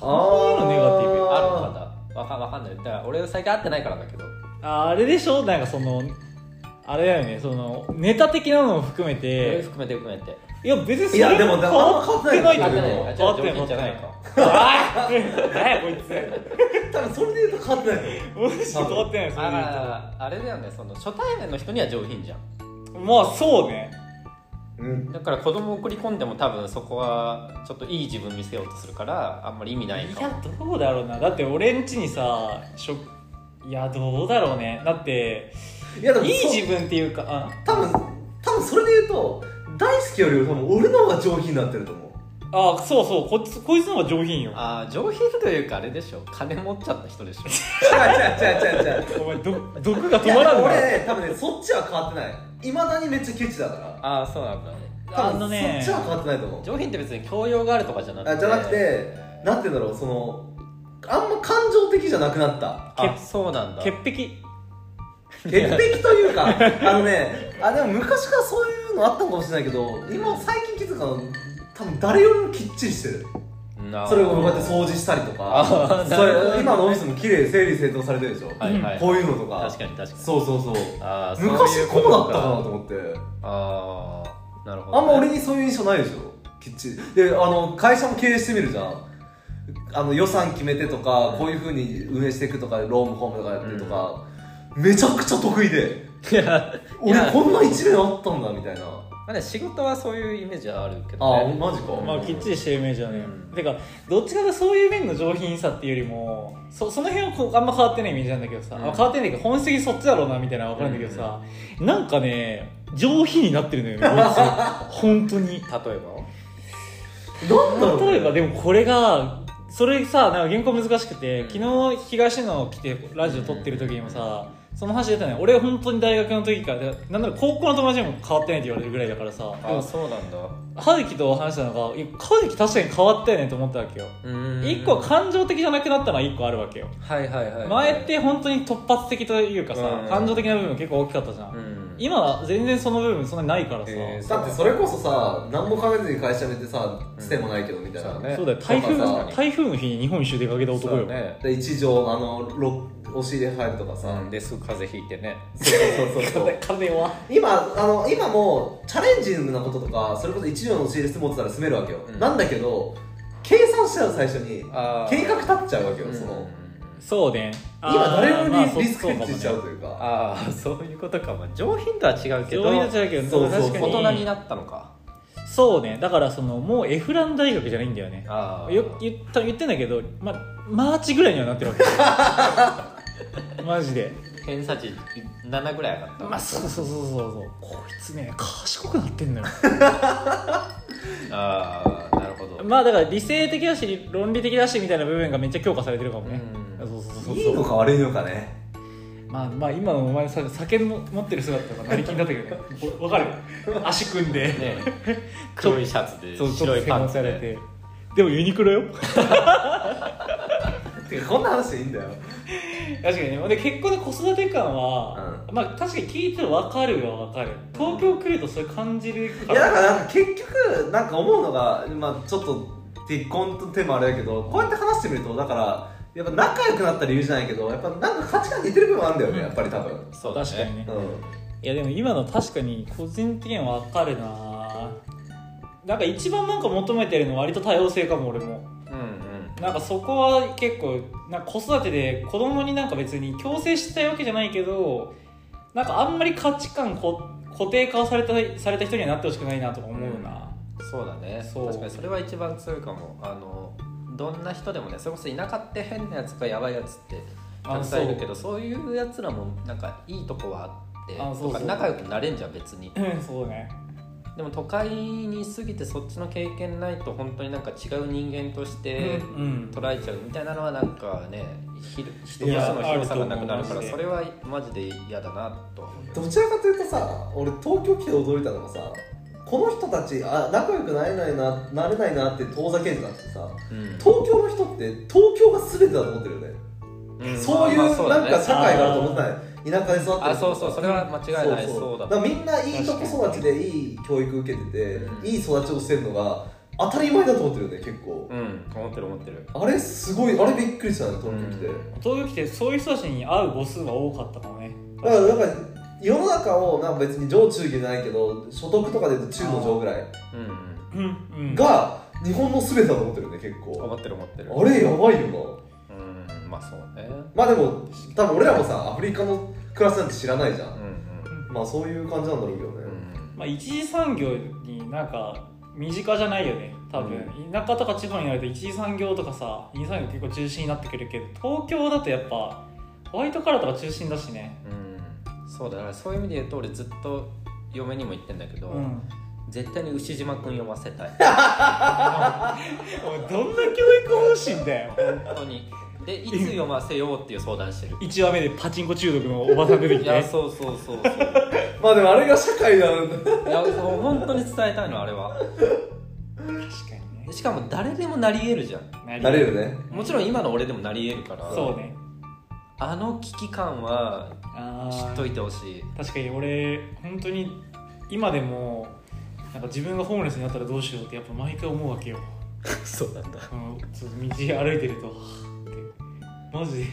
[SPEAKER 1] あーネガティブ
[SPEAKER 3] あるのかなわかわかんないだから俺最近会ってないからだけど
[SPEAKER 1] ああれでしょなんかそのあれだよねそのネタ的なのも含め
[SPEAKER 3] それ
[SPEAKER 1] て
[SPEAKER 3] 含めて含めて
[SPEAKER 1] いや別にそ
[SPEAKER 2] い
[SPEAKER 1] れ
[SPEAKER 2] やでも
[SPEAKER 1] 変わってない
[SPEAKER 2] あ
[SPEAKER 3] 会
[SPEAKER 2] んま
[SPEAKER 3] って
[SPEAKER 2] 変
[SPEAKER 3] な
[SPEAKER 2] わ
[SPEAKER 1] あ
[SPEAKER 3] いあ
[SPEAKER 1] っ
[SPEAKER 3] じゃあ
[SPEAKER 1] て
[SPEAKER 3] 上品じゃない
[SPEAKER 1] か
[SPEAKER 3] か
[SPEAKER 1] あー何やこいつ
[SPEAKER 2] 多分それで言うと変わってない
[SPEAKER 1] もし変わってない
[SPEAKER 3] だ
[SPEAKER 1] そ
[SPEAKER 3] か
[SPEAKER 1] れで言う
[SPEAKER 3] らあれだよねその初対面の人には上品じゃん
[SPEAKER 1] とまあそうね
[SPEAKER 2] うん
[SPEAKER 3] だから子供を送り込んでも多分そこはちょっといい自分見せようとするからあんまり意味ない
[SPEAKER 1] い
[SPEAKER 3] か
[SPEAKER 1] やどう
[SPEAKER 3] も
[SPEAKER 1] だろうなだって俺んちにさしょいやどうだろうねだって
[SPEAKER 2] いやでも
[SPEAKER 1] いい
[SPEAKER 2] そう
[SPEAKER 1] 自分っていうかあ
[SPEAKER 2] 多分多分それで言うと大好きより多分俺の方が上品になってると思う
[SPEAKER 1] あそうそうこいつこいつの方が上品よ
[SPEAKER 3] ああ上品というかあれでしょ金持っちゃった人でしょ
[SPEAKER 2] 違う違う違う違う違う
[SPEAKER 1] お前ど毒が
[SPEAKER 2] い
[SPEAKER 1] 止
[SPEAKER 2] や
[SPEAKER 1] ま
[SPEAKER 2] で
[SPEAKER 1] ら
[SPEAKER 2] も
[SPEAKER 1] ん
[SPEAKER 2] 俺
[SPEAKER 1] な
[SPEAKER 2] ね多分ねそっちは変わってないいまだにめっちゃケチだか
[SPEAKER 3] ああそうなんだ
[SPEAKER 2] ら
[SPEAKER 1] あ
[SPEAKER 2] 多
[SPEAKER 1] の
[SPEAKER 2] 分
[SPEAKER 1] ね
[SPEAKER 2] そっちは変わってないと思う
[SPEAKER 3] 上品って別に教養があるとかじゃなく
[SPEAKER 2] あ
[SPEAKER 3] て
[SPEAKER 2] じゃなくてなんて言うんだろうそのあんま感情的じゃなくなった
[SPEAKER 3] あそうなんだ
[SPEAKER 1] 潔癖
[SPEAKER 2] 潔癖という かあのねあでも昔からそういうのあったかもしれないけど今最近気づくの多分誰よりもきっちりしてる
[SPEAKER 3] な
[SPEAKER 2] それをこうやって掃除したりとか
[SPEAKER 3] あ
[SPEAKER 2] そ
[SPEAKER 3] なるほど
[SPEAKER 2] れ今のオフィスも綺麗整理整頓されてるでしょ、
[SPEAKER 3] はいはい、
[SPEAKER 2] こういうのとか
[SPEAKER 3] 確かに確かに
[SPEAKER 2] そうそうそう
[SPEAKER 3] あーそうい
[SPEAKER 2] 昔こうだったかなと
[SPEAKER 3] と
[SPEAKER 2] 思って
[SPEAKER 3] ああなるほど、
[SPEAKER 2] あんま俺にそういう印象ないでしょきっちりであの会社も経営してみるじゃんあの予算決めてとか、こういうふうに運営していくとかロームホームとかやってるとか、めちゃくちゃ得意で
[SPEAKER 3] いやい
[SPEAKER 2] 俺
[SPEAKER 3] や
[SPEAKER 2] こんな一面あったんだみたいな
[SPEAKER 3] まあね仕事はそういうイメージはあるけ
[SPEAKER 2] あ
[SPEAKER 3] ど
[SPEAKER 2] あ
[SPEAKER 3] ね
[SPEAKER 2] マジか、
[SPEAKER 1] まあきっちりしてるイメージだね、
[SPEAKER 3] うん
[SPEAKER 1] てかどっちかというとそういう面の上品さっていうよりもそその辺はこうあんま変わってないイメージなんだけどさ、
[SPEAKER 3] うん
[SPEAKER 1] あ変わってないけど本質的にそっちだろうなみたいなのは分かるんだけどさ、なんかね上品になってるの よねこいつ本当に
[SPEAKER 3] 例えば
[SPEAKER 2] なんだろうね
[SPEAKER 1] 例えばでもこれがそれさなんか原稿難しくて、
[SPEAKER 3] うん
[SPEAKER 1] 昨日東野来てラジオ撮ってる時にもさ、その話出たね俺本当に大学の時からでなんなら高校の友達にも変わってないって言われるぐらいだからさで
[SPEAKER 3] ああ
[SPEAKER 1] も
[SPEAKER 3] そうなんだ
[SPEAKER 1] 葉月と話したのがいや葉月確かに変わったよねと思ったわけよ
[SPEAKER 3] うーん
[SPEAKER 1] 一個感情的じゃなくなったのは一個あるわけよ
[SPEAKER 3] はいはいはい、はい、
[SPEAKER 1] 前って本当に突発的というかさ
[SPEAKER 3] うん
[SPEAKER 1] 感情的な部分結構大きかったじゃ
[SPEAKER 3] うんん
[SPEAKER 1] 今は全然その部分そんなにないからさ
[SPEAKER 3] えー
[SPEAKER 2] だってそれこそさ何も考えずに会社辞めてさつてもないけどみたいな、
[SPEAKER 3] そうだね
[SPEAKER 1] そうだよ台風
[SPEAKER 2] そうかそうか
[SPEAKER 1] 台風の日に日本一周出かけた男
[SPEAKER 3] そう
[SPEAKER 1] よ
[SPEAKER 3] ね
[SPEAKER 2] で一条あのろ押し入れ入るとかさ、
[SPEAKER 3] うんですぐ風邪ひいてね
[SPEAKER 2] そうそうそうそ う
[SPEAKER 1] 金は
[SPEAKER 2] 今あの今もチャレンジングなこととかそれこそ一条の仕入れ持ってたら住めるわけよ、
[SPEAKER 3] うん
[SPEAKER 2] なんだけど計算しちゃう最初に
[SPEAKER 3] あー
[SPEAKER 2] 計画立っちゃうわけよ、
[SPEAKER 3] うん
[SPEAKER 2] その
[SPEAKER 1] そうね
[SPEAKER 2] 今誰より
[SPEAKER 1] あーまあ
[SPEAKER 2] リスク
[SPEAKER 1] そ
[SPEAKER 2] ヘ
[SPEAKER 1] う
[SPEAKER 2] ッジしちゃうというか
[SPEAKER 3] ああそういうことかまあ上品とは違うけ
[SPEAKER 1] そう
[SPEAKER 3] ど
[SPEAKER 1] かもね上品じゃないけど
[SPEAKER 2] そうそう
[SPEAKER 1] 確かに
[SPEAKER 3] 大人になったのか
[SPEAKER 1] そうねだからそのもうエフラン大学じゃないんだよね
[SPEAKER 3] ああ
[SPEAKER 1] よく言った言ってんだけどまマーチぐらいにはなってるわけマジで
[SPEAKER 3] 偏差値7ぐらい上がった
[SPEAKER 1] まあそうそうそうそうそうこいつね賢くなってんのよ
[SPEAKER 3] ああなるほど
[SPEAKER 1] まあだから理性的だし論理的だしみたいな部分がめっちゃ強化されてるかもね、
[SPEAKER 3] うん
[SPEAKER 1] そうそうそうそう
[SPEAKER 2] いいのか悪いのかね
[SPEAKER 1] まあまあ今のお前のさ酒の持ってる姿とか成り金だったけどね わかる足組んで、
[SPEAKER 3] ね 黒いシャツで
[SPEAKER 1] そうちょっ
[SPEAKER 3] 白
[SPEAKER 1] と
[SPEAKER 3] い
[SPEAKER 1] 背
[SPEAKER 3] パン
[SPEAKER 1] 負
[SPEAKER 3] ツ
[SPEAKER 1] され
[SPEAKER 3] で
[SPEAKER 1] てでもユニクロよ
[SPEAKER 2] てかこんな話でいいんだよ
[SPEAKER 1] 確かにねで結婚で子育て感は、まあ確かに聞いて分かるは分かる東京来るとそれ感じる
[SPEAKER 2] い
[SPEAKER 1] か
[SPEAKER 2] やだ
[SPEAKER 1] ら
[SPEAKER 2] からなんか結局なんか思うのが、まあ、ちょっと結婚と手もあれだけどこうやって話してみるとだからやっぱ仲良くなった理由じゃないけどやっぱなんか価値観似てる部分あるんだよね、やっぱり多分
[SPEAKER 3] そうだね
[SPEAKER 1] 確かにね
[SPEAKER 2] うん
[SPEAKER 1] いやでも今の確かに個人的には分かるななんか一番なんか求めてるのは割と多様性かも俺も
[SPEAKER 3] うんうん
[SPEAKER 1] なんかそこは結構なんか子育てで子供になんか別に強制したいわけじゃないけどなんかあんまり価値観こ固定化されたされた人にはなってほしくないなとか思うな、
[SPEAKER 3] そうだね
[SPEAKER 1] そう
[SPEAKER 3] 確かにそれは一番強いかもあのどんな人でもねそれこそ田舎って変なやつかやばいやつってたくさんいるけどそういうやつらもなんかいいとこはあって
[SPEAKER 1] あそうそう
[SPEAKER 3] とか仲良くなれんじゃん別に
[SPEAKER 1] うんそうね
[SPEAKER 3] でも都会に過ぎてそっちの経験ないと本当になんか違う人間として
[SPEAKER 1] うん
[SPEAKER 3] 捉えちゃうみたいなのはなんかねひ人として
[SPEAKER 1] いや
[SPEAKER 3] の広さがなくなるか
[SPEAKER 1] あると
[SPEAKER 3] ら
[SPEAKER 1] 思う
[SPEAKER 3] それはマジで嫌だなとは思うよ
[SPEAKER 2] どちらかというとさ俺東京来て驚いたのがさこの人たちあ仲良くなれないななれないなって遠ざけんじゃなくてさ
[SPEAKER 3] うん
[SPEAKER 2] 東京の人って東京が全てだと思ってるよね、
[SPEAKER 3] ん
[SPEAKER 2] そういう
[SPEAKER 3] ま
[SPEAKER 2] な
[SPEAKER 3] あまあ
[SPEAKER 2] ん
[SPEAKER 3] そうだね
[SPEAKER 2] か社会があると思ってない田舎に育ってる
[SPEAKER 3] あそうそうそれは間違いないそうだ
[SPEAKER 2] だからみんないいとこ育ちでいい教育受けてて、
[SPEAKER 3] うん
[SPEAKER 2] いい育ちをしてるのが当たり前だと思ってるよね結構、
[SPEAKER 3] うん思ってる思ってる
[SPEAKER 2] あれすごいあれびっくりしたね東京来て、
[SPEAKER 3] うん
[SPEAKER 1] 東京来てそういう人たちに会う母数が多かったかもね
[SPEAKER 2] だからなんか世の中をなんか別に上中下じゃないけど所得とかで言うと中の上ぐらい
[SPEAKER 3] うんうん
[SPEAKER 1] うんうん
[SPEAKER 2] が日本の全てだと思ってるよね結構
[SPEAKER 3] 思ってる思ってる
[SPEAKER 2] あれやばいよ
[SPEAKER 3] うんまあそうね
[SPEAKER 2] なまあでも多分俺らもさアフリカの暮らしなんて知らないじゃ
[SPEAKER 3] うん
[SPEAKER 2] ん
[SPEAKER 3] うん
[SPEAKER 2] まあそういう感じなんだろうけどね、
[SPEAKER 3] うん
[SPEAKER 1] まあ、一次産業になんか身近じゃないよね多分、田舎とか地方になると一次産業とかさ二次産業結構中心になってくるけど東京だとやっぱホワイトカラーとか中心だしね
[SPEAKER 3] うんそうだからそういう意味で言うと俺ずっと嫁にも言ってんだけど、
[SPEAKER 1] うん
[SPEAKER 3] 絶対に牛島くん読ませたい
[SPEAKER 1] おいどんな教育方針だよ
[SPEAKER 3] 本当にでいつ読ませようっていう相談してる
[SPEAKER 1] 1話目でパチンコ中毒のおばさん出てき
[SPEAKER 3] い
[SPEAKER 1] て
[SPEAKER 3] やそうそうそうそう
[SPEAKER 2] まあでもあれが社会なんだ
[SPEAKER 3] いやもう本当に伝えたいのあれは
[SPEAKER 1] 確かにね
[SPEAKER 3] しかも誰でも なり得るじゃん
[SPEAKER 2] なれるね
[SPEAKER 3] もちろん今の俺でもなり得るから
[SPEAKER 1] そうね
[SPEAKER 3] あの危機感は
[SPEAKER 1] あ
[SPEAKER 3] 知っ
[SPEAKER 1] ー
[SPEAKER 3] といてほしい
[SPEAKER 1] 確かに俺本当に今でもなんか自分がホームレスになったらどうしようってやっぱ毎回思うわけよ
[SPEAKER 3] そうなんだ
[SPEAKER 1] あのちょっと道歩いてるとはぁってマジで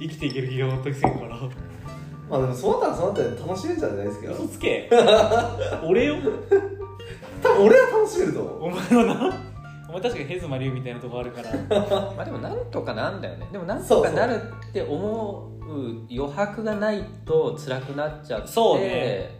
[SPEAKER 1] 生きていける気が全くせんから
[SPEAKER 2] まあでもそうなったらそうなったら楽しめるんじゃないですか
[SPEAKER 1] 嘘つけ 俺よ
[SPEAKER 2] 多分俺は楽しめると思う
[SPEAKER 1] お前はなお前確かにヘズマリュウみたいなとこあるから
[SPEAKER 3] まあでもなんとかなんだよねでもなんとかなるって思う余白がないと辛くなっちゃって
[SPEAKER 1] そうね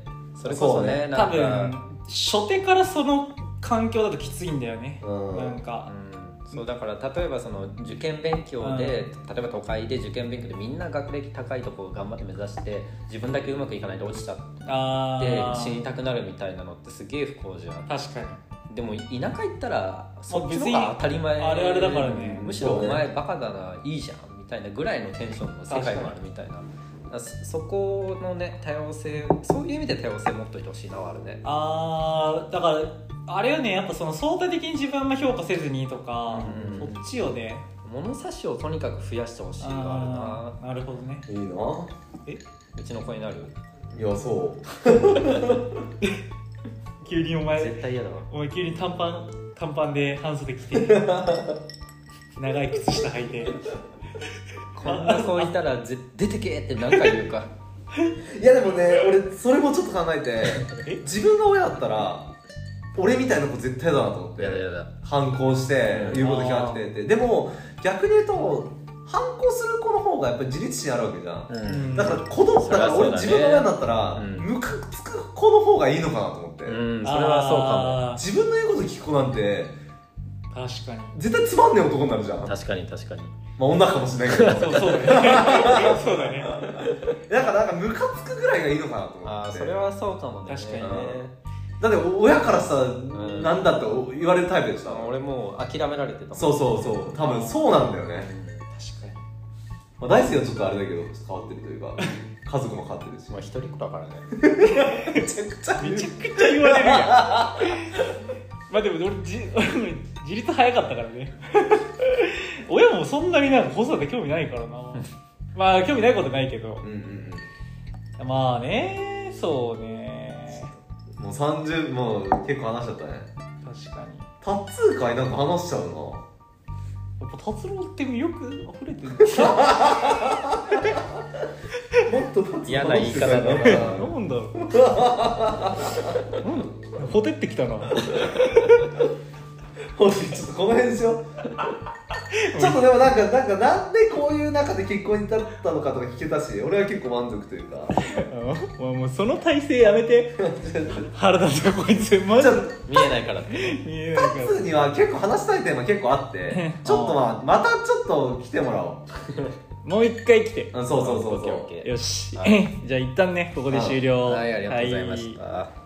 [SPEAKER 3] それこそねな
[SPEAKER 1] 多
[SPEAKER 3] んか
[SPEAKER 1] 分初手からその環境だときついんだよね、
[SPEAKER 2] うん
[SPEAKER 1] なんか、
[SPEAKER 3] うんそうだから例えばその受験勉強で、例えば都会で受験勉強でみんな学歴高いとこを頑張って目指して自分だけうまくいかないで落ちちゃっ
[SPEAKER 1] あ
[SPEAKER 3] て
[SPEAKER 1] あ
[SPEAKER 3] 死にたくなるみたいなのってすげえ不幸じゃん
[SPEAKER 1] 確かに
[SPEAKER 3] でも田舎行ったらそっちの方が当たり前
[SPEAKER 1] あれあれだからね
[SPEAKER 3] むしろ
[SPEAKER 2] そう
[SPEAKER 3] お
[SPEAKER 2] ね
[SPEAKER 3] 前バカだないいじゃんみたいなぐらいのテンションの世界もあるみたいなだからそそこのね多様性そういう意味で多様性持っといてほしいなはあるね
[SPEAKER 1] あーだからあれよねやっぱその相対的に自分はあんま評価せずにとか、
[SPEAKER 3] うん
[SPEAKER 1] そっちよね
[SPEAKER 3] 物差しをとにかく増やしてほしいがあ
[SPEAKER 1] あーなるほどね
[SPEAKER 2] いいない
[SPEAKER 3] るなうちの子になる
[SPEAKER 2] いやそう
[SPEAKER 1] 急にお前
[SPEAKER 3] 絶対嫌だわ
[SPEAKER 1] お前急に短パン短パンで半袖着 て長い靴下履いて
[SPEAKER 3] こんな子いたらぜ出てけって何回言うか
[SPEAKER 2] いやでもね俺それもちょっと考えて
[SPEAKER 1] え
[SPEAKER 2] 自分が親だったら俺みたいな子絶対だなと思って
[SPEAKER 3] やだ
[SPEAKER 2] 反抗して
[SPEAKER 3] うん
[SPEAKER 2] 言うこと聞かなくてってでも逆に言うと反抗する子の方がやっぱり自立心あるわけじゃん
[SPEAKER 3] う
[SPEAKER 1] うんん
[SPEAKER 2] だから子供
[SPEAKER 3] そ
[SPEAKER 2] だ
[SPEAKER 3] り
[SPEAKER 2] か
[SPEAKER 3] ゃ
[SPEAKER 2] ら
[SPEAKER 3] そ
[SPEAKER 2] 俺
[SPEAKER 3] うだね
[SPEAKER 2] 自分の親になったら
[SPEAKER 3] うん
[SPEAKER 2] ムカつく子の方がいいのかなと思って
[SPEAKER 3] うんそれはそうか
[SPEAKER 1] そ
[SPEAKER 2] 自分の言うこと聞く子なんて
[SPEAKER 1] うかも確かに
[SPEAKER 2] 絶対つまんねえ男になるじゃん
[SPEAKER 3] も
[SPEAKER 2] ま
[SPEAKER 3] 確かに確かに
[SPEAKER 2] あ女かもしれないけど
[SPEAKER 1] そうそうだね そうだね
[SPEAKER 2] だからなんかムカつくぐらいがいいのかなと思って
[SPEAKER 3] ああそれはそうかもね
[SPEAKER 1] 確かに
[SPEAKER 2] ねだって親からさ、
[SPEAKER 3] ん
[SPEAKER 2] なんだって言われるタイプでした
[SPEAKER 3] あ俺もう諦められてたもん
[SPEAKER 2] そうそうそう多分そうなんだよね、
[SPEAKER 1] 確か
[SPEAKER 2] まあ、大輔はちょっとあれだけど変わってるというか家族も変わってるし
[SPEAKER 3] まあ一人っ子だからね
[SPEAKER 2] めちゃくちゃ
[SPEAKER 1] にめちゃくちゃ言われるやんまあでも俺じ 俺も自立早かったからね 親もそんなになんか子育て興味ないからな まあ興味ないことないけど
[SPEAKER 2] うんうん
[SPEAKER 1] まあねそうね
[SPEAKER 2] うんもう30もう結構話しちゃったね
[SPEAKER 1] 確かに
[SPEAKER 2] タッツー会なんか話しちゃうな
[SPEAKER 1] やっぱ達郎ってよく溢れて るんだ
[SPEAKER 2] もっとタッツー
[SPEAKER 3] 嫌
[SPEAKER 2] 会
[SPEAKER 3] な言い方だな
[SPEAKER 1] なんだろう。なんだ。ほてってきたな。
[SPEAKER 2] ほしいちょっとこの辺でしよう ちょっとでもなんかなんかなんでこういう中で結婚に至ったのかとか聞けたし俺は結構満足というか
[SPEAKER 1] お前もうその体勢やめ て。腹立つわこいつマ
[SPEAKER 2] ち
[SPEAKER 1] ジ
[SPEAKER 2] ょっと
[SPEAKER 3] 見えないから ね
[SPEAKER 1] 見えないから
[SPEAKER 2] タツ には結構話したいテーマ結構あってちょっとまあまたちょっと来てもらおう
[SPEAKER 1] もう一回来て
[SPEAKER 2] うんそうそうそう
[SPEAKER 5] オッケーオッ
[SPEAKER 2] そう
[SPEAKER 5] ケー
[SPEAKER 1] よし、
[SPEAKER 2] はい
[SPEAKER 1] じゃあ一旦ねここで終了
[SPEAKER 3] はいありがとうございました、
[SPEAKER 1] は
[SPEAKER 5] あ